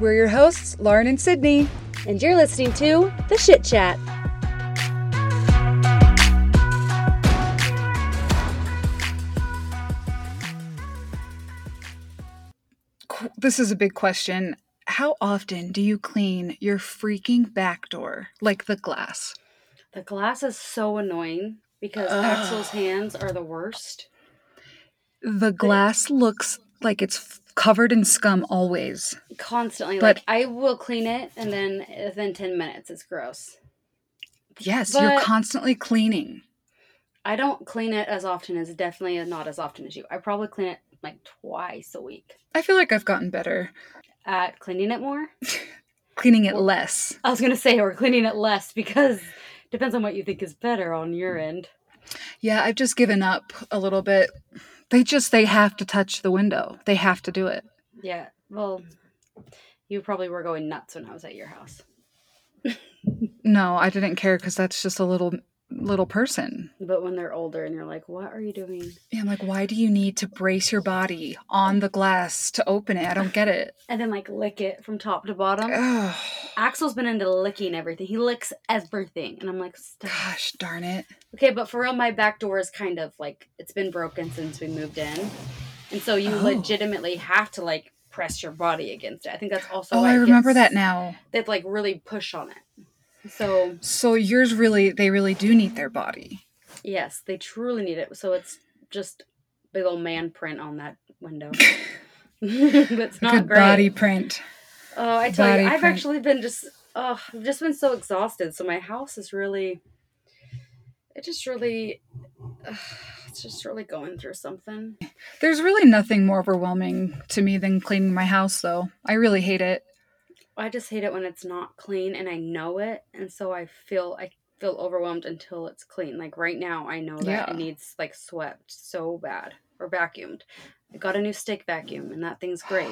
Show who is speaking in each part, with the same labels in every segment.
Speaker 1: your hosts, Lauren and Sydney.
Speaker 2: And you're listening to The Shit Chat.
Speaker 1: Qu- This is a big question. How often do you clean your freaking back door, like the glass?
Speaker 2: The glass is so annoying because
Speaker 1: Ugh.
Speaker 2: Axel's hands are the worst.
Speaker 1: The glass looks like it's f- covered in scum always.
Speaker 2: Constantly.
Speaker 1: But-
Speaker 2: like I will clean it and then within ten minutes it's gross.
Speaker 1: Yes, you're
Speaker 2: But-
Speaker 1: constantly cleaning.
Speaker 2: I don't clean it as often as definitely not as often as you. I probably clean it like twice a week.
Speaker 1: I feel like I've gotten better
Speaker 2: At cleaning it more.
Speaker 1: cleaning it
Speaker 2: Well-
Speaker 1: less.
Speaker 2: I was gonna say we're cleaning it less because depends on what you think is better on your end.
Speaker 1: Yeah, I've just given up a little bit. They just they have to touch the window. They have to do it.
Speaker 2: Yeah. Well, you probably were going nuts when I was at your house.
Speaker 1: No, I didn't care cuz that's just a little little person.
Speaker 2: But when they're older and you're like, what are you doing?
Speaker 1: Yeah, I'm like, why do you need to brace your body on the glass to open it? I don't get it.
Speaker 2: And then like lick it from top to bottom.
Speaker 1: Oh,
Speaker 2: Axel's been into licking everything. He licks everything. And I'm like, stop.
Speaker 1: gosh darn it.
Speaker 2: Okay, but for real, my back door is kind of like it's been broken since we moved in. And so you
Speaker 1: Oh.
Speaker 2: legitimately have to like press your body against it. I think that's also
Speaker 1: oh,
Speaker 2: why
Speaker 1: I
Speaker 2: it
Speaker 1: remember
Speaker 2: gets-
Speaker 1: that now.
Speaker 2: They like really push on it. So
Speaker 1: So yours really they really do need their body.
Speaker 2: Yes, they truly need it. So it's just big old man print on that window. it's not
Speaker 1: Good
Speaker 2: great.
Speaker 1: body print.
Speaker 2: oh, I tell you,
Speaker 1: body
Speaker 2: I've
Speaker 1: print.
Speaker 2: actually been just oh, I've just been so exhausted. So my house is really, it just really, ugh, it's just really going through something.
Speaker 1: There's really nothing more overwhelming to me than cleaning my house though. I really hate it.
Speaker 2: I just hate it when it's not clean, and I know it, and so I feel I feel overwhelmed until it's clean. Like right now, I know that
Speaker 1: Yeah.
Speaker 2: it needs like swept so bad or vacuumed. I got a new stick vacuum, and that thing's great.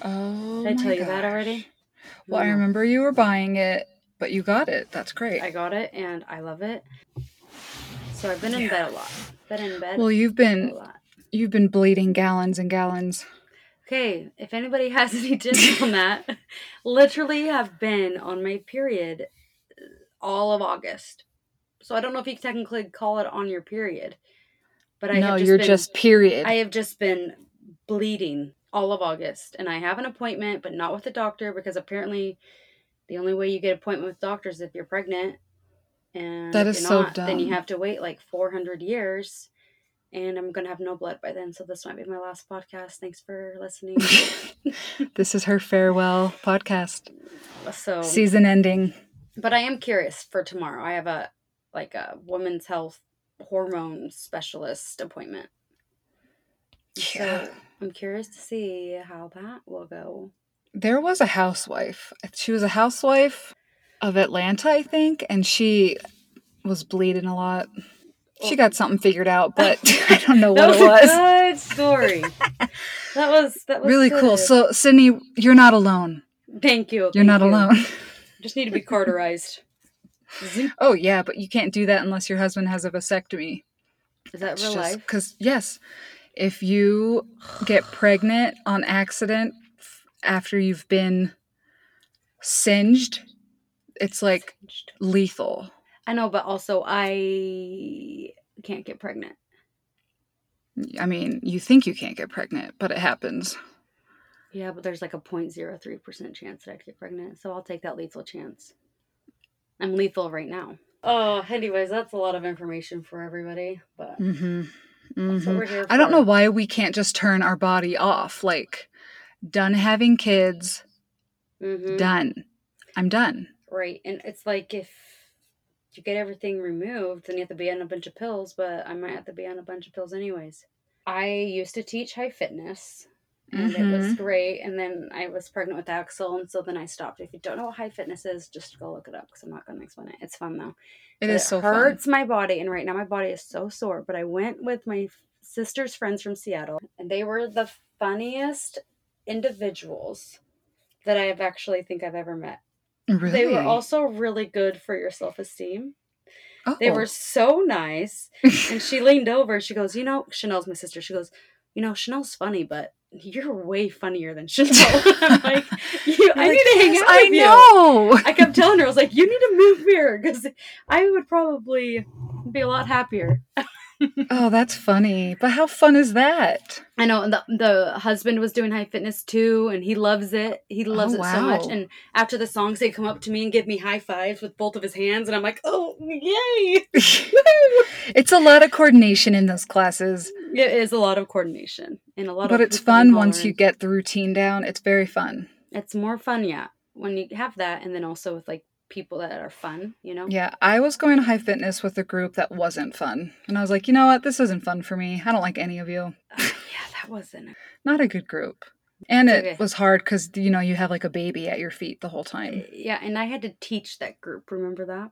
Speaker 1: Oh.
Speaker 2: Did I
Speaker 1: my
Speaker 2: tell you that already?
Speaker 1: gosh. Well, I
Speaker 2: No.
Speaker 1: remember you were buying it, but you got it. That's great.
Speaker 2: I got it and I love it. So I've been in
Speaker 1: Yeah.
Speaker 2: bed a lot. Been in bed
Speaker 1: Well, you've been
Speaker 2: a lot.
Speaker 1: you've been bleeding gallons and gallons.
Speaker 2: Okay, if anybody has any tips on that, literally have been on my period all of August. So I don't know if you can technically call it on your period, but I
Speaker 1: no,
Speaker 2: have just
Speaker 1: you're
Speaker 2: been,
Speaker 1: just period.
Speaker 2: I have just been bleeding all of August, and I have an appointment, but not with the doctor because apparently the only way you get appointment with doctors if you're pregnant, and
Speaker 1: That
Speaker 2: if
Speaker 1: is
Speaker 2: you're
Speaker 1: so
Speaker 2: not, Then you
Speaker 1: dumb.
Speaker 2: have to wait like 400 years, and I'm gonna have no blood by then, so this might be my last podcast. Thanks for listening.
Speaker 1: this is her farewell podcast.
Speaker 2: so,
Speaker 1: Season ending.
Speaker 2: but I am curious for tomorrow. I have a like a women's health hormone specialist appointment.
Speaker 1: Yeah.
Speaker 2: So I'm curious to see how that will go.
Speaker 1: There was a housewife. She was a housewife of Atlanta, I think, and she was bleeding a lot. She got something figured out, but I don't know
Speaker 2: Oh. that
Speaker 1: what
Speaker 2: was
Speaker 1: it was.
Speaker 2: a good story. that was that was
Speaker 1: Really cool.
Speaker 2: good.
Speaker 1: So, Sydney, you're not alone.
Speaker 2: thank you.
Speaker 1: You're
Speaker 2: thank
Speaker 1: not
Speaker 2: you.
Speaker 1: alone.
Speaker 2: Just need to be carterized. Zoop.
Speaker 1: Oh, yeah, but you can't do that unless your husband has a vasectomy.
Speaker 2: Is that real life?
Speaker 1: Because yes, if you get pregnant on accident f- after you've been singed, it's like lethal.
Speaker 2: I know, but also I can't get pregnant.
Speaker 1: I mean, you think you can't get pregnant, but it happens.
Speaker 2: Yeah, but there's like a 0.03% chance that I could get pregnant, so I'll take that lethal chance. I'm lethal right now. Oh, anyways, that's a lot of information for everybody, but
Speaker 1: hmm
Speaker 2: that's what we're here
Speaker 1: I don't
Speaker 2: for.
Speaker 1: know why we can't just turn our body off. Like, done having kids, Mm-hmm.
Speaker 2: Mhm.
Speaker 1: done. I'm done.
Speaker 2: Right. And it's like if you get everything removed, then you have to be on a bunch of pills, but I might have to be on a bunch of pills anyways. I used to teach high fitness and it was
Speaker 1: Mhm.
Speaker 2: great. And then I was pregnant with Axel, and so then I stopped. If you don't know what high fitness is, just go look it up because I'm not going to explain it. It's fun though.
Speaker 1: It
Speaker 2: But
Speaker 1: is so fun.
Speaker 2: hurts my body, and right now my body is so sore. But I went with my f- sister's friends from Seattle, and they were the funniest individuals that I have actually think I've ever met.
Speaker 1: Really?
Speaker 2: They were also really good for your self esteem.
Speaker 1: Oh.
Speaker 2: They were so nice. And she leaned over. She goes, You know, Chanel's my sister. She goes, You know, Chanel's funny, but you're way funnier than Chantel. I'm like, you, I
Speaker 1: Oh. Like,
Speaker 2: need to hang
Speaker 1: "Yes,
Speaker 2: out
Speaker 1: I
Speaker 2: with you."
Speaker 1: know.
Speaker 2: I kept telling her, I was like, you need to move here because I would probably be a lot happier.
Speaker 1: Oh, that's funny. But how fun is that?
Speaker 2: I know and the, the husband was doing high fitness too, and he loves it. He loves
Speaker 1: Oh,
Speaker 2: it so much.
Speaker 1: wow.
Speaker 2: And after the songs, they come up to me and give me high fives with both of his hands, and I'm like, oh, yay!
Speaker 1: it's a lot of coordination in those classes,
Speaker 2: It is a lot of coordination and a lot of.
Speaker 1: but it's
Speaker 2: people and
Speaker 1: fun once you
Speaker 2: tolerance.
Speaker 1: get the routine down. It's very fun.
Speaker 2: It's more fun, yeah, when you have that, and then also with like people that are fun, you know.
Speaker 1: Yeah, I was going to high fitness with a group that wasn't fun. And I was like, you know what? This isn't fun for me. I don't like any of you.
Speaker 2: Uh, yeah, that wasn't.
Speaker 1: Not a good group. And it
Speaker 2: Okay.
Speaker 1: was hard because, you know, you have like a baby at your feet the whole time.
Speaker 2: Yeah, and I had to teach that group. Remember that?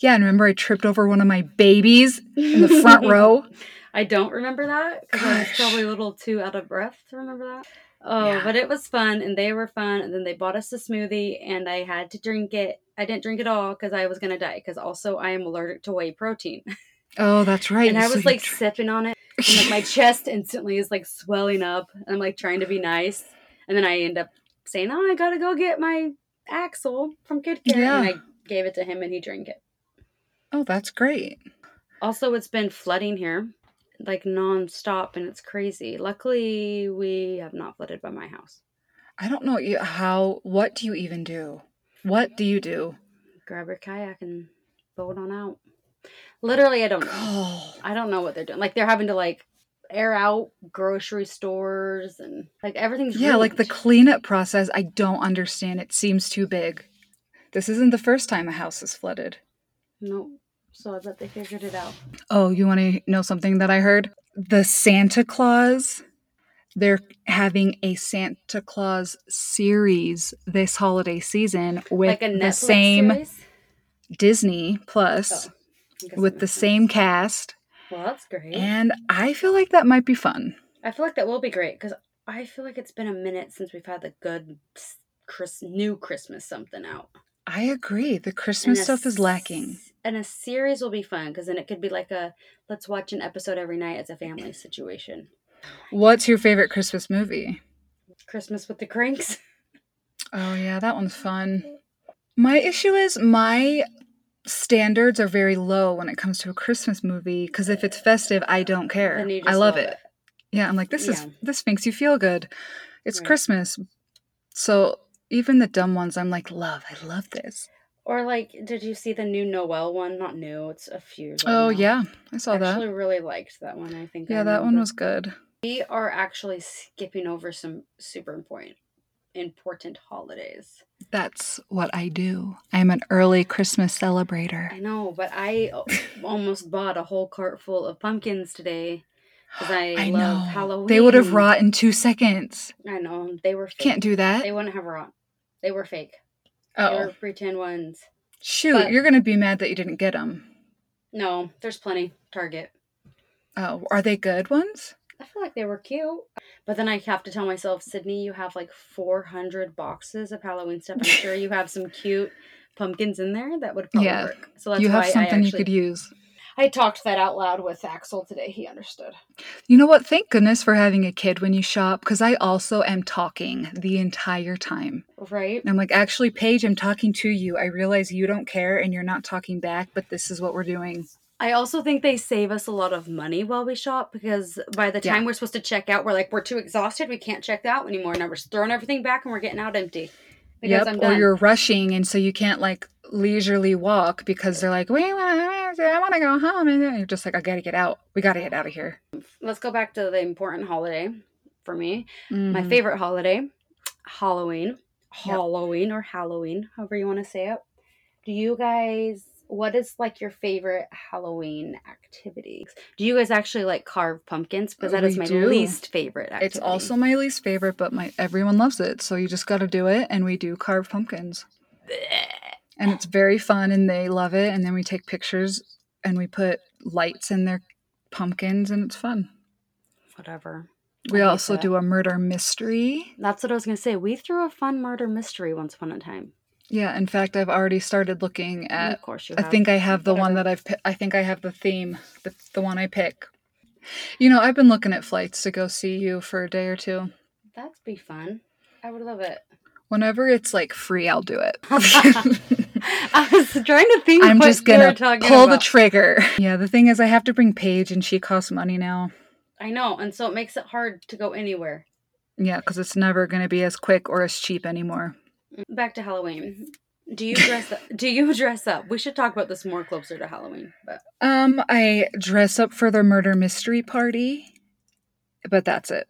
Speaker 1: Yeah, and remember I tripped over one of my babies in the front row?
Speaker 2: I don't remember that because I was
Speaker 1: Gosh.
Speaker 2: probably a little too out of breath to remember that. Oh,
Speaker 1: Yeah.
Speaker 2: but it was fun, and they were fun. And then they bought us a smoothie, and I had to drink it. I didn't drink it all because I was gonna die. Because also, I am allergic to whey protein,
Speaker 1: Oh, that's right.
Speaker 2: and
Speaker 1: you-
Speaker 2: I
Speaker 1: so
Speaker 2: was
Speaker 1: you
Speaker 2: like
Speaker 1: tr-
Speaker 2: sipping on it, and like my chest instantly is like swelling up. and I'm like trying to be nice, and then I end up saying, "Oh, I gotta go get my Axel from Kid Care," and
Speaker 1: Yeah.
Speaker 2: I gave it to him, and he drank it.
Speaker 1: oh, that's great.
Speaker 2: Also, it's been flooding here like nonstop and it's crazy. Luckily, we have not flooded by my house.
Speaker 1: I don't know you- how, what do you even do? What do you do?
Speaker 2: Grab your kayak and boat on out. Literally, I don't know.
Speaker 1: Oh,
Speaker 2: I don't know what they're doing. Like they're having to like air out grocery stores and like everything's
Speaker 1: yeah, like the
Speaker 2: ruined.
Speaker 1: cleanup process, I don't understand. It seems too big. This isn't the first time a house is flooded.
Speaker 2: no. So I bet they figured it out.
Speaker 1: Oh, you want to know something that I heard? The Santa Claus, they're having a Santa Claus series this holiday season with
Speaker 2: like a
Speaker 1: the
Speaker 2: Netflix
Speaker 1: same
Speaker 2: series?
Speaker 1: Disney
Speaker 2: Oh,
Speaker 1: Plus
Speaker 2: I guess
Speaker 1: with
Speaker 2: that
Speaker 1: the
Speaker 2: makes sense.
Speaker 1: same cast.
Speaker 2: Well, that's great.
Speaker 1: And I feel like that might be fun.
Speaker 2: I feel like that will be great because I feel like it's been a minute since we've had the good s- Chris new Christmas something out.
Speaker 1: I agree. The
Speaker 2: And
Speaker 1: Christmas
Speaker 2: a
Speaker 1: stuff is lacking.
Speaker 2: s- And a series will be fun because then it could be like a let's watch an episode every night as a family situation.
Speaker 1: What's your favorite Christmas movie?
Speaker 2: Christmas with the Cranks.
Speaker 1: Oh, yeah, that one's fun. My issue is my standards are very low when it comes to a Christmas movie because if it's festive, I don't care.
Speaker 2: Then you just
Speaker 1: I love, it. Yeah, I'm like, this is
Speaker 2: Yeah.
Speaker 1: this makes you feel good. It's
Speaker 2: Right.
Speaker 1: Christmas. So even the dumb ones, I'm like, love, I love this.
Speaker 2: Or like, did you see the new Noel one? Not new. It's a few years. old
Speaker 1: Oh
Speaker 2: now.
Speaker 1: yeah, I
Speaker 2: I
Speaker 1: saw
Speaker 2: actually
Speaker 1: that.
Speaker 2: really liked that one. I think. I
Speaker 1: Yeah, that one
Speaker 2: remember.
Speaker 1: was good.
Speaker 2: We are actually skipping over some super important, important holidays.
Speaker 1: That's what I do. I'm an early Christmas celebrator.
Speaker 2: I know, but I al- almost bought a whole cart full of pumpkins today because I,
Speaker 1: I
Speaker 2: love
Speaker 1: know.
Speaker 2: Halloween.
Speaker 1: They would have rot in two seconds.
Speaker 2: I know they were fake.
Speaker 1: Can't do that.
Speaker 2: They wouldn't have rot. They were fake. They
Speaker 1: Oh
Speaker 2: were pretend ones.
Speaker 1: shoot,
Speaker 2: but-
Speaker 1: you're gonna be mad that you didn't get them.
Speaker 2: No, there's plenty. Target.
Speaker 1: Oh, are they good ones?
Speaker 2: I feel like they were cute, but then I have to tell myself, Sydney, you have like 400 boxes of Halloween stuff. I'm sure you have some cute pumpkins in there that would probably
Speaker 1: Yeah.
Speaker 2: work. So that's
Speaker 1: you have
Speaker 2: why
Speaker 1: something
Speaker 2: I actually
Speaker 1: you could use.
Speaker 2: I talked that out loud with Axel today. He understood.
Speaker 1: You know what? Thank goodness for having a kid when you shop because I also am talking the entire time.
Speaker 2: Right?
Speaker 1: And I'm like, actually, Paige, I'm talking to you. I realize you don't care and you're not talking back, but this is what we're doing.
Speaker 2: I also think they save us a lot of money while we shop because by the
Speaker 1: Yeah.
Speaker 2: time we're supposed to check out, we're like, we're too exhausted. We can't check out anymore. And we're just throwing everything back and we're getting out empty. Because I'm
Speaker 1: Or
Speaker 2: done.
Speaker 1: you're rushing and so you can't like leisurely walk because they're like, wait, I want to go home. And then you're just like, I got to get out. We got to get out of here.
Speaker 2: Let's go back to the important holiday for me. My
Speaker 1: Mhm.
Speaker 2: favorite holiday, Halloween. Halloween or Halloween, however you want to say it. Do you guys, what is like your favorite Halloween activity? Do you guys actually like carve pumpkins? Because that is
Speaker 1: We
Speaker 2: my
Speaker 1: do.
Speaker 2: least favorite activity.
Speaker 1: It's also my least favorite, but my everyone loves it. So you just got to do it. And we do carve pumpkins. and it's very fun and they love it and then we take pictures and we put lights in their pumpkins and it's fun
Speaker 2: whatever.
Speaker 1: we
Speaker 2: I hate
Speaker 1: also
Speaker 2: that.
Speaker 1: do a murder mystery
Speaker 2: That's what I was gonna say. We threw a fun murder mystery once upon a time.
Speaker 1: yeah in fact i've already started looking at
Speaker 2: of course you
Speaker 1: Uh, i
Speaker 2: have.
Speaker 1: think i have the one
Speaker 2: Whatever.
Speaker 1: that i've pi- i think i have the theme the, the one i pick You know, I've been looking at flights to go see you for a day or two.
Speaker 2: That'd be fun. I would love it.
Speaker 1: Whenever it's like free, I'll do it.
Speaker 2: I was trying to think.
Speaker 1: I'm
Speaker 2: what
Speaker 1: just
Speaker 2: you were
Speaker 1: gonna
Speaker 2: talking
Speaker 1: pull the
Speaker 2: about.
Speaker 1: trigger. Yeah, the thing is, I have to bring Paige, and she costs money now.
Speaker 2: I know, and so it makes it hard to go anywhere.
Speaker 1: Yeah, because it's never going to be as quick or as cheap anymore.
Speaker 2: Back to Halloween. Do you dress up? Do you dress up? We should talk about this more closer to Halloween. But
Speaker 1: Um, I dress up for the murder mystery party, but that's it.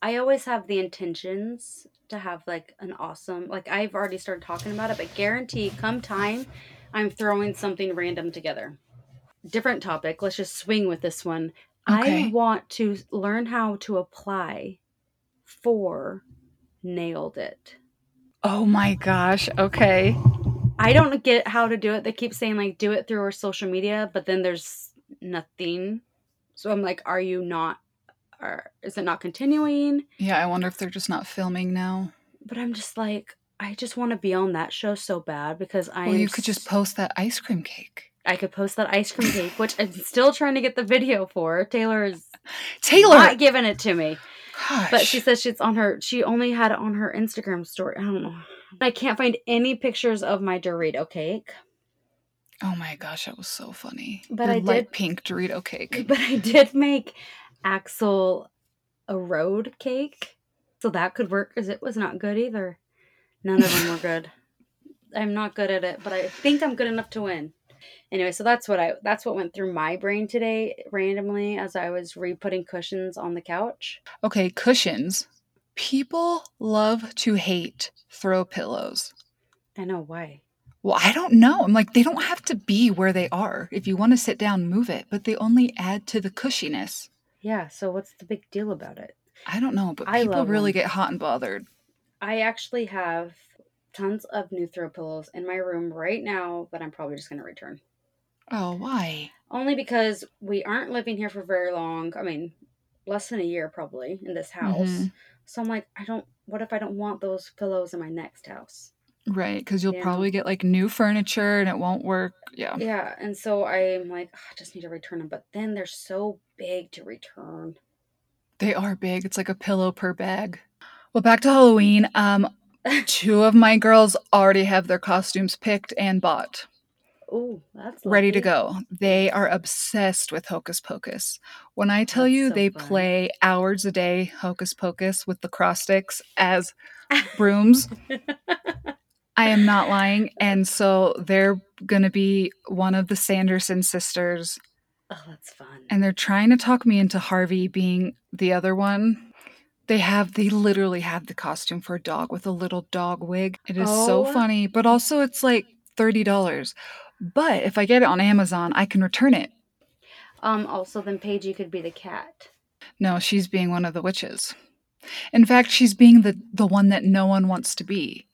Speaker 2: I always have the intentions to have like an awesome. Like I've already started talking about it, but guarantee, come time, I'm throwing something random together. Different topic. Let's just swing with this one.
Speaker 1: Okay.
Speaker 2: I want to learn how to apply for nailed it.
Speaker 1: Oh my gosh. Okay.
Speaker 2: I don't get how to do it. They keep saying like do it through our social media, but then there's nothing. So I'm like, are you not? Are, is it not continuing?
Speaker 1: Yeah, I wonder if they're just not filming now.
Speaker 2: But I'm just like, I just want to be on that show so bad because I.
Speaker 1: Well,
Speaker 2: am
Speaker 1: you could just
Speaker 2: s-
Speaker 1: post that ice cream cake.
Speaker 2: I could post that ice cream cake, which I'm still trying to get the video for. Taylor is
Speaker 1: Taylor.
Speaker 2: not giving it to me,
Speaker 1: gosh.
Speaker 2: but she says she's on her. She only had it on her Instagram story. I don't know. I can't find any pictures of my Dorito cake.
Speaker 1: oh my gosh, that was so funny.
Speaker 2: But
Speaker 1: Your
Speaker 2: I
Speaker 1: light
Speaker 2: did-
Speaker 1: pink Dorito cake.
Speaker 2: but I did make Axel a road cake, so that could work because it was not good either. None of them were good. I'm not good at it, but I think I'm good enough to win. Anyway, so that's what I that's what went through my brain today randomly as I was re-putting cushions on the couch.
Speaker 1: Okay, cushions. People love to hate throw pillows.
Speaker 2: I know why.
Speaker 1: Well, I don't know. I'm like, they don't have to be where they are. If you want to sit down, move it, but they only add to the cushiness.
Speaker 2: Yeah, so what's the big deal about it?
Speaker 1: I don't know, but
Speaker 2: I
Speaker 1: people
Speaker 2: love
Speaker 1: really
Speaker 2: them.
Speaker 1: get hot and bothered.
Speaker 2: I actually have tons of new throw pillows in my room right now that I'm probably just going to return.
Speaker 1: Oh, why?
Speaker 2: Only because we aren't living here for very long. I mean, less than a year probably in this house.
Speaker 1: Mhm.
Speaker 2: So I'm like, I don't, what if I don't want those pillows in my next house?
Speaker 1: Right, because you'll
Speaker 2: Yeah.
Speaker 1: probably get like new furniture and it won't work. Yeah.
Speaker 2: Yeah. And so I'm like, "Ugh, I just need to return them. But then they're so big to return.
Speaker 1: They are big. It's like a pillow per bag. Well, back to Halloween. Um, two of my girls already have their costumes picked and bought,
Speaker 2: Oh, that's
Speaker 1: ready to
Speaker 2: lucky.
Speaker 1: go. They are obsessed with Hocus Pocus. When I tell
Speaker 2: That's
Speaker 1: you
Speaker 2: so
Speaker 1: they
Speaker 2: fun.
Speaker 1: play hours a day Hocus Pocus with the cross sticks as brooms, I am not lying. And so they're going to be one of the Sanderson sisters.
Speaker 2: oh, that's fun.
Speaker 1: and they're trying to talk me into Harvey being the other one. They have they literally have the costume for a dog with a little dog wig. It is so
Speaker 2: Oh.
Speaker 1: funny, but also it's like $30. But if I get it on Amazon, I can return it.
Speaker 2: um, also, then Paige, you could be the cat.
Speaker 1: No, she's being one of the witches. In fact, she's being the the one that no one wants to be.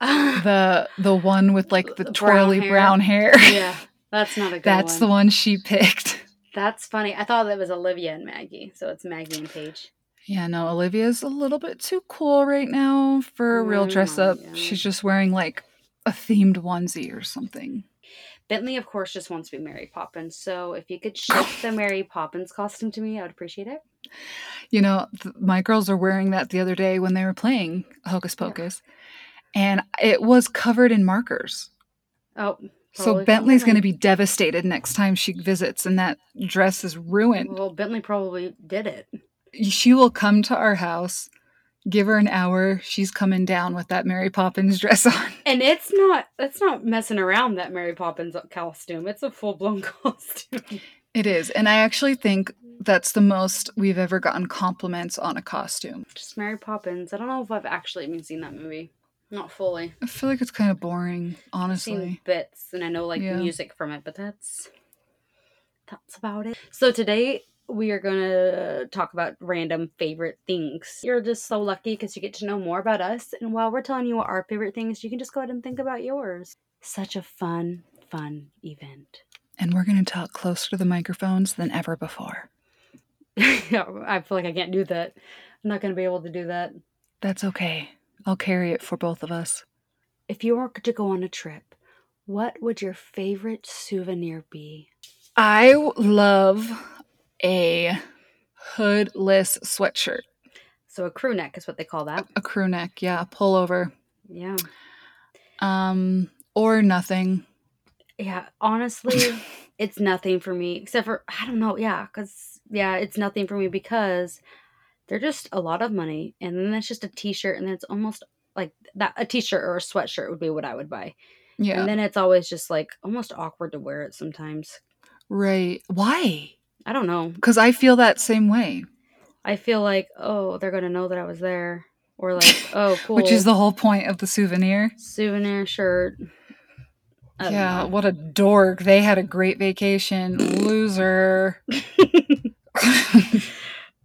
Speaker 1: The the one with like the
Speaker 2: Brown
Speaker 1: twirly
Speaker 2: hair.
Speaker 1: brown hair.
Speaker 2: yeah, that's not a good
Speaker 1: That's the
Speaker 2: one.
Speaker 1: one she picked.
Speaker 2: That's funny. I thought that was Olivia and Maggie. So it's Maggie and Paige.
Speaker 1: Yeah, no, Olivia's a little bit too cool right now for a real
Speaker 2: Mm,
Speaker 1: dress up.
Speaker 2: yeah.
Speaker 1: She's just wearing like a themed onesie or something.
Speaker 2: Bentley, of course, just wants to be Mary Poppins. So if you could ship the Mary Poppins costume to me, I would appreciate it.
Speaker 1: You know, th- my girls were wearing that the other day when they were playing Hocus
Speaker 2: Yeah.
Speaker 1: Pocus, and it was covered in markers.
Speaker 2: Oh,
Speaker 1: so
Speaker 2: Probably
Speaker 1: Bentley's going to
Speaker 2: covered
Speaker 1: be devastated next time she visits, and that dress is ruined.
Speaker 2: well, Bentley probably did it.
Speaker 1: She will come to our house, give her an hour. She's coming down with that Mary Poppins dress on.
Speaker 2: And it's not, that's not messing around that Mary Poppins costume. It's a full blown costume.
Speaker 1: It is. And I actually think that's the most we've ever gotten compliments on a costume.
Speaker 2: just Mary Poppins. I don't know if I've actually even seen that movie. Not fully.
Speaker 1: I feel like it's kind of boring,
Speaker 2: I've seen
Speaker 1: honestly.
Speaker 2: bits and I know like
Speaker 1: Yeah.
Speaker 2: music from it, but that's that's about it. So today we are gonna talk about random favorite things. You're just so lucky because you get to know more about us, and while we're telling you what our favorite things, you can just go ahead and think about yours. Such a fun, fun event.
Speaker 1: And we're going to talk closer to the microphones than ever before.
Speaker 2: Yeah, I feel like I can't do that. I'm not gonna be able to do that.
Speaker 1: That's okay. I'll carry it for both of us.
Speaker 2: If you were to go on a trip, what would your favorite souvenir be?
Speaker 1: I w- love a hoodless sweatshirt,
Speaker 2: So a crew neck is what they call that.
Speaker 1: a crew neck, yeah, a pullover,
Speaker 2: Yeah.
Speaker 1: um, or nothing.
Speaker 2: Yeah. Honestly, it's nothing for me except for I don't know. Yeah, because yeah, it's nothing for me because they're just a lot of money, and then that's just a T-shirt, and then it's almost like that a T-shirt or a sweatshirt would be what I would buy,
Speaker 1: yeah,
Speaker 2: and then it's always just like almost awkward to wear it sometimes.
Speaker 1: right. Why?
Speaker 2: I don't know.
Speaker 1: Because I feel that same way,
Speaker 2: I feel like oh, they're gonna know that I was there, or like oh, cool,
Speaker 1: which is the whole point of the souvenir.
Speaker 2: souvenir shirt. I don't
Speaker 1: Yeah,
Speaker 2: know.
Speaker 1: what a dork. They had a great vacation. Loser.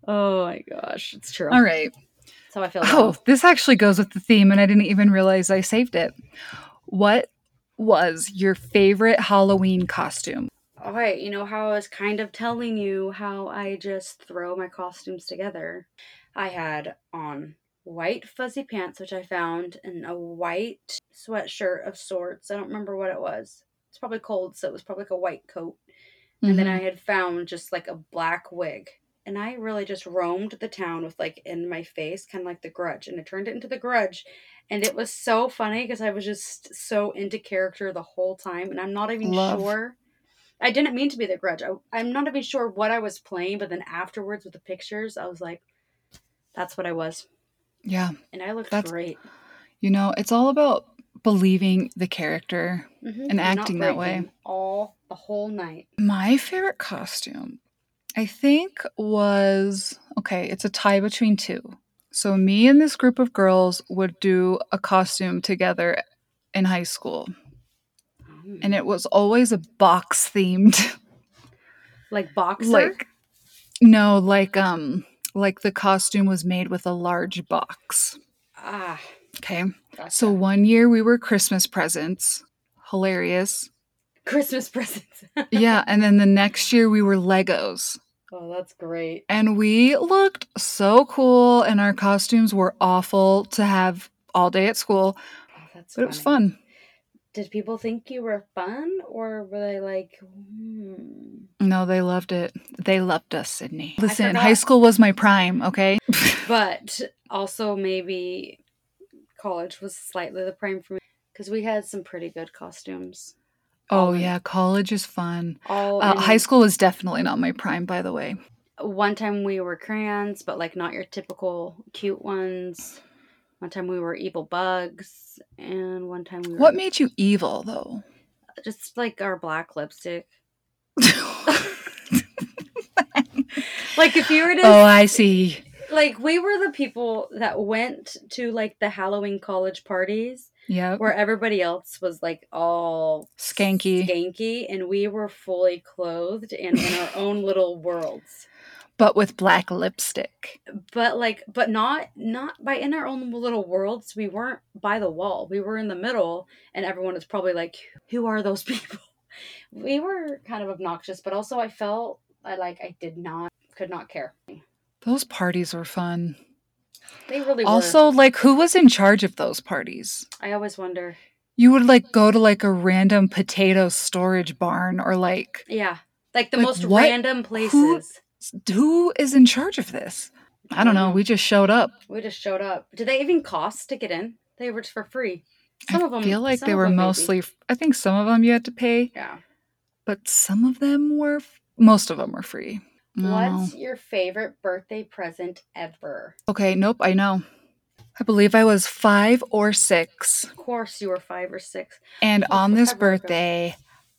Speaker 2: Oh my gosh, it's true.
Speaker 1: All right.
Speaker 2: That's how I feel.
Speaker 1: Oh, this actually goes with the theme, and I didn't even realize I saved it. What was your favorite Halloween costume?
Speaker 2: All right, you know how I was kind of telling you how I just throw my costumes together. I had on white fuzzy pants, which I found, and a white sweatshirt of sorts. I don't remember what it was. It's probably cold, so it was probably like a white coat. And
Speaker 1: Mm-hmm.
Speaker 2: then I had found just like a black wig. And I really just roamed the town with like in my face, kind of like the grudge. And I turned it into the grudge. And it was so funny because I was just so into character the whole time. And I'm not even
Speaker 1: Love.
Speaker 2: sure. I didn't mean to be the grudge. I, I'm not even sure what I was playing. But then afterwards with the pictures, I was like, that's what I was.
Speaker 1: yeah,
Speaker 2: And I looked
Speaker 1: That's-
Speaker 2: great.
Speaker 1: you know, it's all about believing the character.
Speaker 2: Mhm.
Speaker 1: and
Speaker 2: Not
Speaker 1: acting that way.
Speaker 2: breaking All the whole night.
Speaker 1: My favorite costume, I think, was okay, it's a tie between two. So, me and this group of girls would do a costume together in high school, and it was always a box themed.
Speaker 2: like boxer.
Speaker 1: like no like um like the costume was made with a large box
Speaker 2: ah.
Speaker 1: okay
Speaker 2: gotcha.
Speaker 1: so one year we were christmas presents hilarious
Speaker 2: Christmas presents.
Speaker 1: yeah and then the next year we were legos
Speaker 2: Oh, that's great.
Speaker 1: and we looked so cool and our costumes were awful to have all day at school
Speaker 2: Oh, that's
Speaker 1: but it was
Speaker 2: funny.
Speaker 1: fun
Speaker 2: Did people think you were fun, or were they like, hmm?
Speaker 1: no they loved it they loved us sydney listen
Speaker 2: forgot.
Speaker 1: high school was my prime okay
Speaker 2: But also maybe college was slightly the prime for me because we had some pretty good costumes.
Speaker 1: oh
Speaker 2: All in-
Speaker 1: yeah college is fun
Speaker 2: All
Speaker 1: uh,
Speaker 2: in-
Speaker 1: high school is definitely not my prime by the way
Speaker 2: One time we were crayons, but like not your typical cute ones. One time we were evil bugs, and one time we were
Speaker 1: What made you evil though?
Speaker 2: just like our black lipstick. Like if you were to
Speaker 1: oh, I see.
Speaker 2: like we were the people that went to like the Halloween college parties
Speaker 1: Yep.
Speaker 2: where everybody else was like all
Speaker 1: Skanky.
Speaker 2: skanky and we were fully clothed and in our own little worlds.
Speaker 1: But with black lipstick.
Speaker 2: But like but not not by in our own little worlds, we weren't by the wall. We were in the middle and everyone was probably like who are those people? We were kind of obnoxious, but also I felt I like I did not could not care.
Speaker 1: Those parties were fun.
Speaker 2: They really were.
Speaker 1: Also, like who was in charge of those parties?
Speaker 2: I always wonder.
Speaker 1: You would like go to like a random potato storage barn or like
Speaker 2: Yeah. Like the
Speaker 1: Like,
Speaker 2: most
Speaker 1: what-
Speaker 2: random places.
Speaker 1: who is in charge of this? I don't
Speaker 2: Mm-hmm.
Speaker 1: know. We just showed up.
Speaker 2: We just showed up. Did they even cost to get in? They were just for free. Some
Speaker 1: I
Speaker 2: of them.
Speaker 1: feel like
Speaker 2: some
Speaker 1: they
Speaker 2: of
Speaker 1: were
Speaker 2: them maybe.
Speaker 1: mostly I think some of them you had to pay,
Speaker 2: Yeah.
Speaker 1: but some of them were most of them were free. I don't know.
Speaker 2: What's your favorite birthday present ever?
Speaker 1: Okay, nope, I know. I believe I was five or six.
Speaker 2: Of course, you were five or six.
Speaker 1: And on this
Speaker 2: Forever ago.
Speaker 1: birthday,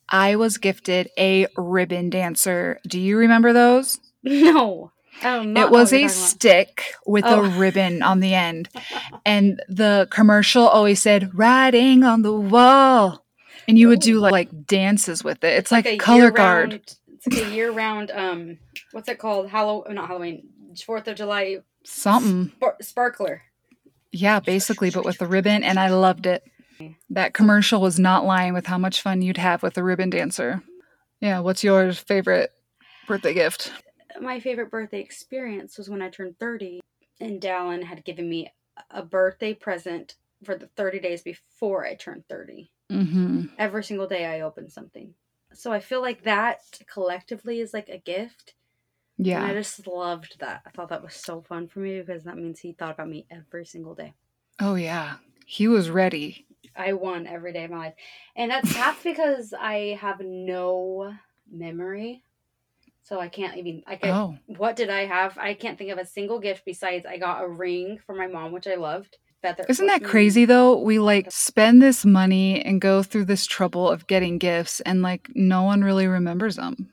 Speaker 1: I was gifted a ribbon dancer. Do you remember those?
Speaker 2: No. Um, I don't know.
Speaker 1: it was a stick with
Speaker 2: Oh.
Speaker 1: a ribbon on the end. And the commercial always said, riding on the wall. And you would do
Speaker 2: Ooh.
Speaker 1: like, like dances with it. It's, like, a color guard.
Speaker 2: year-round- It's like a year round. Um, what's it called? Halloween? Not Halloween. Fourth of July
Speaker 1: Something.
Speaker 2: spar- sparkler.
Speaker 1: Yeah, basically, but with a ribbon. And I loved it. That commercial was not lying with how much fun you'd have with a ribbon dancer. Yeah, what's your favorite birthday gift?
Speaker 2: my favorite birthday experience was when I turned 30 and Dallin had given me a birthday present for the 30 days before I turned 30.
Speaker 1: Mm-hmm.
Speaker 2: Every single day I opened something. So I feel like that collectively is like a gift And I
Speaker 1: Yeah.
Speaker 2: just loved that. I thought that was so fun for me because that means he thought about me every single day.
Speaker 1: Oh, yeah. He was ready.
Speaker 2: I won every day of my life. And that's half because I have no memory. So I can't even I can not
Speaker 1: Oh,
Speaker 2: what did I have? I can't think of a single gift besides I got a ring for my mom, which I loved. Feather
Speaker 1: isn't that
Speaker 2: mm,
Speaker 1: crazy though? We like spend this money and go through this trouble of getting gifts, and like no one really remembers them.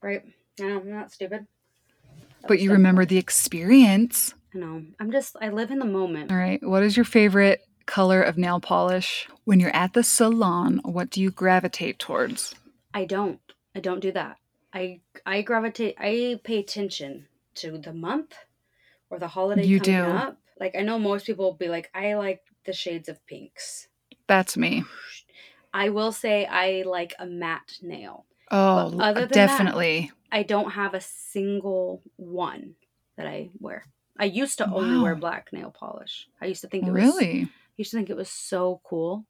Speaker 2: Right. I know, I'm not stupid. That
Speaker 1: But
Speaker 2: was
Speaker 1: you
Speaker 2: dumb.
Speaker 1: remember the experience.
Speaker 2: I know. I'm just I live in the moment.
Speaker 1: All right. What is your favorite color of nail polish? When you're at the salon, what do you gravitate towards?
Speaker 2: I don't. I don't do that. I I gravitate. I pay attention to the month or the holiday
Speaker 1: You
Speaker 2: coming
Speaker 1: do.
Speaker 2: up. Like I know most people will be like, I like the shades of pinks.
Speaker 1: That's me.
Speaker 2: I will say I like a matte nail.
Speaker 1: Oh,
Speaker 2: But other than that-
Speaker 1: definitely.
Speaker 2: I don't have a single one that I wear. I used to only wear
Speaker 1: Wow.
Speaker 2: black nail polish. I used to think it was
Speaker 1: Really?
Speaker 2: I used to think it was so cool.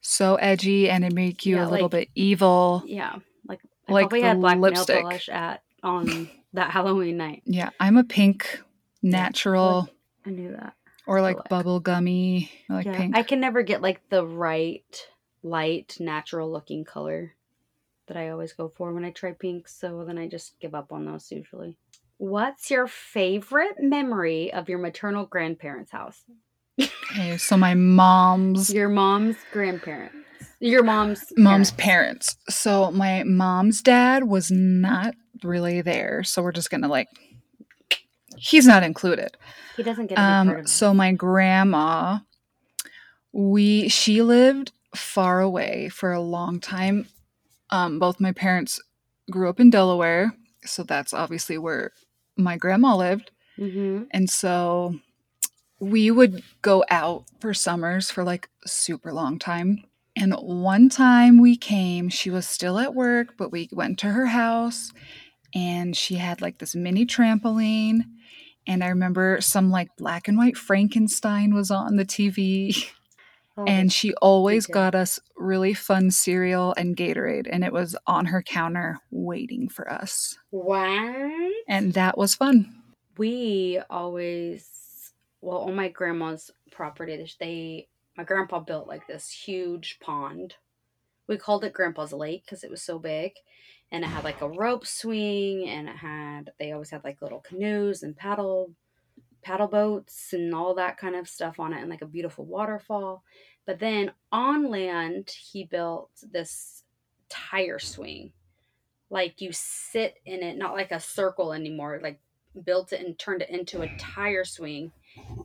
Speaker 1: So edgy, and it make you
Speaker 2: Yeah,
Speaker 1: a little
Speaker 2: like-
Speaker 1: bit evil.
Speaker 2: Yeah, like I
Speaker 1: Like
Speaker 2: probably
Speaker 1: the
Speaker 2: had black
Speaker 1: lipstick.
Speaker 2: nail polish at on that Halloween night.
Speaker 1: Yeah, I'm a pink natural
Speaker 2: I knew that.
Speaker 1: or like
Speaker 2: like-
Speaker 1: bubble gummy. I like
Speaker 2: yeah,
Speaker 1: pink.
Speaker 2: I can never get like the right light, natural looking color that I always go for when I try pinks. So then I just give up on those usually. What's your favorite memory of your maternal grandparents' house?
Speaker 1: Okay, so my mom's
Speaker 2: Your mom's grandparents. Your mom's
Speaker 1: mom's
Speaker 2: parents.
Speaker 1: parents. So my mom's dad was not really there. So we're just gonna like he's not included.
Speaker 2: He doesn't get any part
Speaker 1: Um
Speaker 2: of
Speaker 1: so my grandma we she lived far away for a long time. Um both my parents grew up in Delaware, so that's obviously where my grandma lived.
Speaker 2: hmm
Speaker 1: And so we would go out for summers for like a super long time. And one time we came, she was still at work, but we went to her house and she had like this mini trampoline. And I remember some like black and white Frankenstein was on the TV.
Speaker 2: Oh
Speaker 1: And she always
Speaker 2: detail.
Speaker 1: got us really fun cereal and Gatorade, and it was on her counter waiting for us.
Speaker 2: wow.
Speaker 1: And that was fun.
Speaker 2: we always well on my grandma's property they- they my grandpa built like this huge pond we called it grandpa's lake because it was so big and it had like a rope swing and it had they always had like little canoes and paddle paddle boats and all that kind of stuff on it and like a beautiful waterfall but then on land he built this tire swing like you sit in it not like a circle anymore like built it and turned it into a tire swing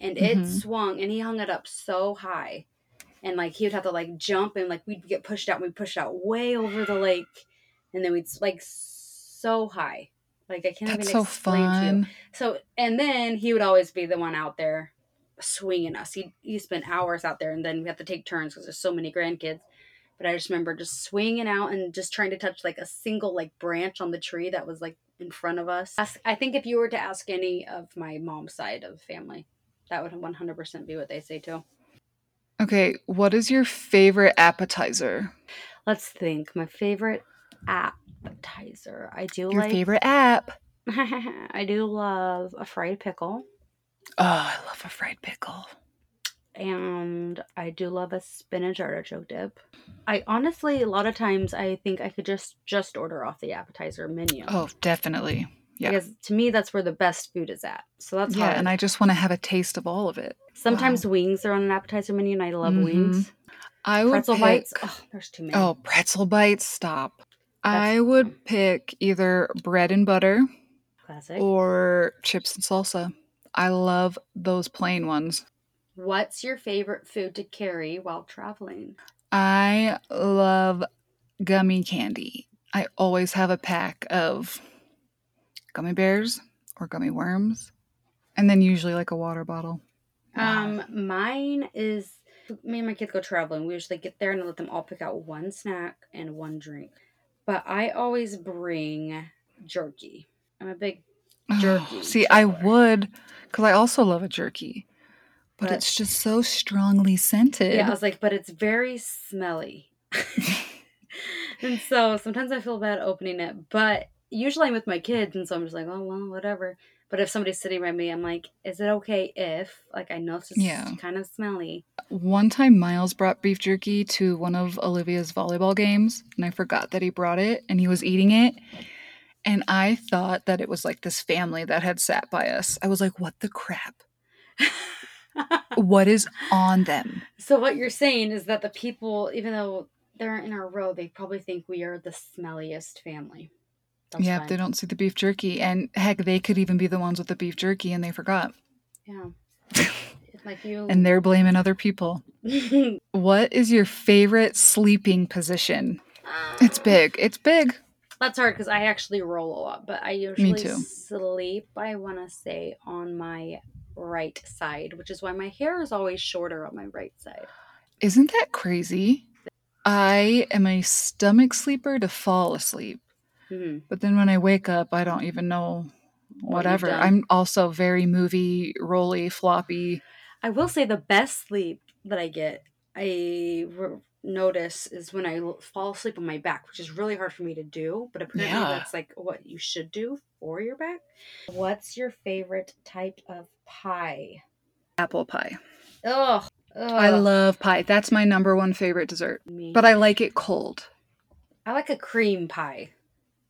Speaker 2: and it
Speaker 1: Mhm.
Speaker 2: swung and he hung it up so high and like he would have to like jump and like we'd get pushed out and we'd push out way over the lake and then we'd s- like so high like i can't
Speaker 1: That's
Speaker 2: even
Speaker 1: so
Speaker 2: explain to you
Speaker 1: fun.
Speaker 2: so and then he would always be the one out there swinging us he he spent hours out there and then we have to take turns because there's so many grandkids but i just remember just swinging out and just trying to touch like a single like branch on the tree that was like in front of us Ask- i think if you were to ask any of my mom's side of family that would 100% be what they say too
Speaker 1: Okay, what is your favorite appetizer?
Speaker 2: Let's think. My favorite appetizer. I do
Speaker 1: Your
Speaker 2: like.
Speaker 1: favorite app?
Speaker 2: I do love a fried pickle,
Speaker 1: Oh, I love a fried pickle.
Speaker 2: and I do love a spinach artichoke dip. I honestly, a lot of times, I think I could just just order off the appetizer menu
Speaker 1: Oh, definitely. yeah.
Speaker 2: because to me that's where the best food is at. So that's
Speaker 1: yeah,
Speaker 2: hard.
Speaker 1: and I just want to have a taste of all of it.
Speaker 2: Sometimes wings are on an appetizer menu, and I love
Speaker 1: Mhm.
Speaker 2: wings.
Speaker 1: I would
Speaker 2: Pretzel
Speaker 1: pick,
Speaker 2: bites. Oh, there's too many.
Speaker 1: Oh, pretzel bites. Stop. I
Speaker 2: That's-
Speaker 1: would pick either bread and butter
Speaker 2: classic.
Speaker 1: or chips and salsa. I love those plain ones.
Speaker 2: What's your favorite food to carry while traveling?
Speaker 1: I love gummy candy. I always have a pack of gummy bears or gummy worms, and then usually like a water bottle. Wow.
Speaker 2: Um, mine is me and my kids go traveling. We usually get there and let them all pick out one snack and one drink. But I always bring jerky. I'm a big
Speaker 1: Oh,
Speaker 2: jerky
Speaker 1: see, I
Speaker 2: trailer.
Speaker 1: would, because I also love a jerky, but,
Speaker 2: But-
Speaker 1: it's just so strongly scented.
Speaker 2: yeah. I was like, but it's very smelly, and so sometimes I feel bad opening it. But usually I'm with my kids, and so I'm just like, oh well, whatever. But if somebody's sitting by me, I'm like, is it okay if like I know it's
Speaker 1: Yeah.
Speaker 2: kind of smelly?
Speaker 1: One time, Miles brought beef jerky to one of Olivia's volleyball games, and I forgot that he brought it, and he was eating it. And I thought that it was like this family that had sat by us. I was like, what the crap? What is on them?
Speaker 2: so what you're saying is that the people, even though they're in our row, they probably think we are the smelliest family. That's
Speaker 1: yeah,
Speaker 2: fine.
Speaker 1: they don't see the beef jerky. And heck, they could even be the ones with the beef jerky, and they forgot.
Speaker 2: Yeah. like you.
Speaker 1: And they're blaming other people.
Speaker 2: they're.
Speaker 1: What is your favorite sleeping position? It's big. It's big.
Speaker 2: That's hard because I actually roll a lot, but I usually
Speaker 1: too.
Speaker 2: sleep, I want to say, on my right side, which is why my hair is always shorter on my right side.
Speaker 1: Isn't that crazy? I am a stomach sleeper to fall asleep.
Speaker 2: Mhm.
Speaker 1: But then when I wake up, I don't even know
Speaker 2: What you've
Speaker 1: whatever.
Speaker 2: done.
Speaker 1: I'm also very movie, rolly, floppy.
Speaker 2: I will say the best sleep that I get, I re- notice, is when I l- fall asleep on my back, which is really hard for me to do, but apparently
Speaker 1: Yeah.
Speaker 2: that's like what you should do for your back. What's your favorite type of pie?
Speaker 1: Apple pie.
Speaker 2: Ugh. Ugh.
Speaker 1: I love pie. That's my number one favorite dessert.
Speaker 2: me.
Speaker 1: But I like it cold.
Speaker 2: I like a cream pie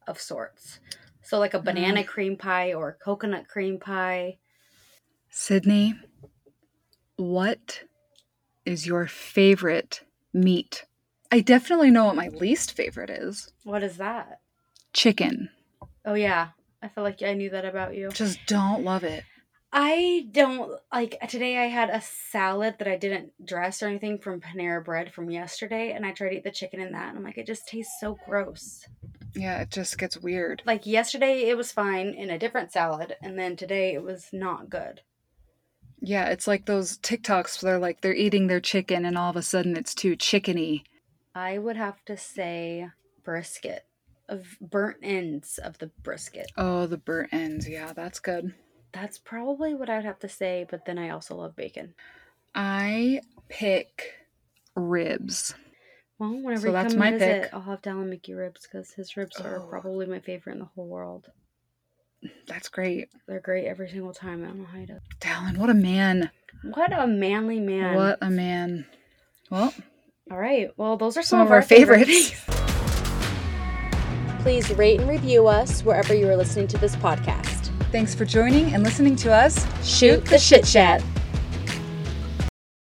Speaker 2: of sorts. So
Speaker 1: Mm.
Speaker 2: like a banana cream pie or a coconut cream pie.
Speaker 1: Sydney, what is your favorite meat? I definitely know what my least favorite is
Speaker 2: What is that?
Speaker 1: chicken.
Speaker 2: Oh yeah. I feel like I knew that about you.
Speaker 1: Just don't love it.
Speaker 2: I don't like today I had a salad that I didn't dress or anything from Panera Bread from yesterday and I tried to eat the chicken in that and I'm like it just tastes so gross.
Speaker 1: Yeah, it just gets weird.
Speaker 2: Like yesterday it was fine in a different salad and then today it was not good.
Speaker 1: Yeah, it's like those TikToks where they're like they're eating their chicken and all of a sudden it's too chickeny.
Speaker 2: I would have to say brisket of burnt ends of the brisket.
Speaker 1: Oh, the burnt ends. Yeah, that's good.
Speaker 2: That's probably what I would have to say, but then I also love bacon.
Speaker 1: I pick ribs.
Speaker 2: Well, whenever
Speaker 1: So
Speaker 2: you
Speaker 1: that's
Speaker 2: come
Speaker 1: my
Speaker 2: and visit,
Speaker 1: pick.
Speaker 2: I'll have Dallin make you ribs because his ribs are
Speaker 1: Oh.
Speaker 2: probably my favorite in the whole world.
Speaker 1: That's great.
Speaker 2: They're great every single time. I don't know how he does.
Speaker 1: Dallin, what a man.
Speaker 2: What a manly man!
Speaker 1: What a man. Well,
Speaker 2: All right. Well, those are
Speaker 1: some of our favorites.
Speaker 2: favorites. Please rate and review us wherever you are listening to this podcast.
Speaker 1: Thanks for joining and listening to us.
Speaker 2: Shoot the shit chat.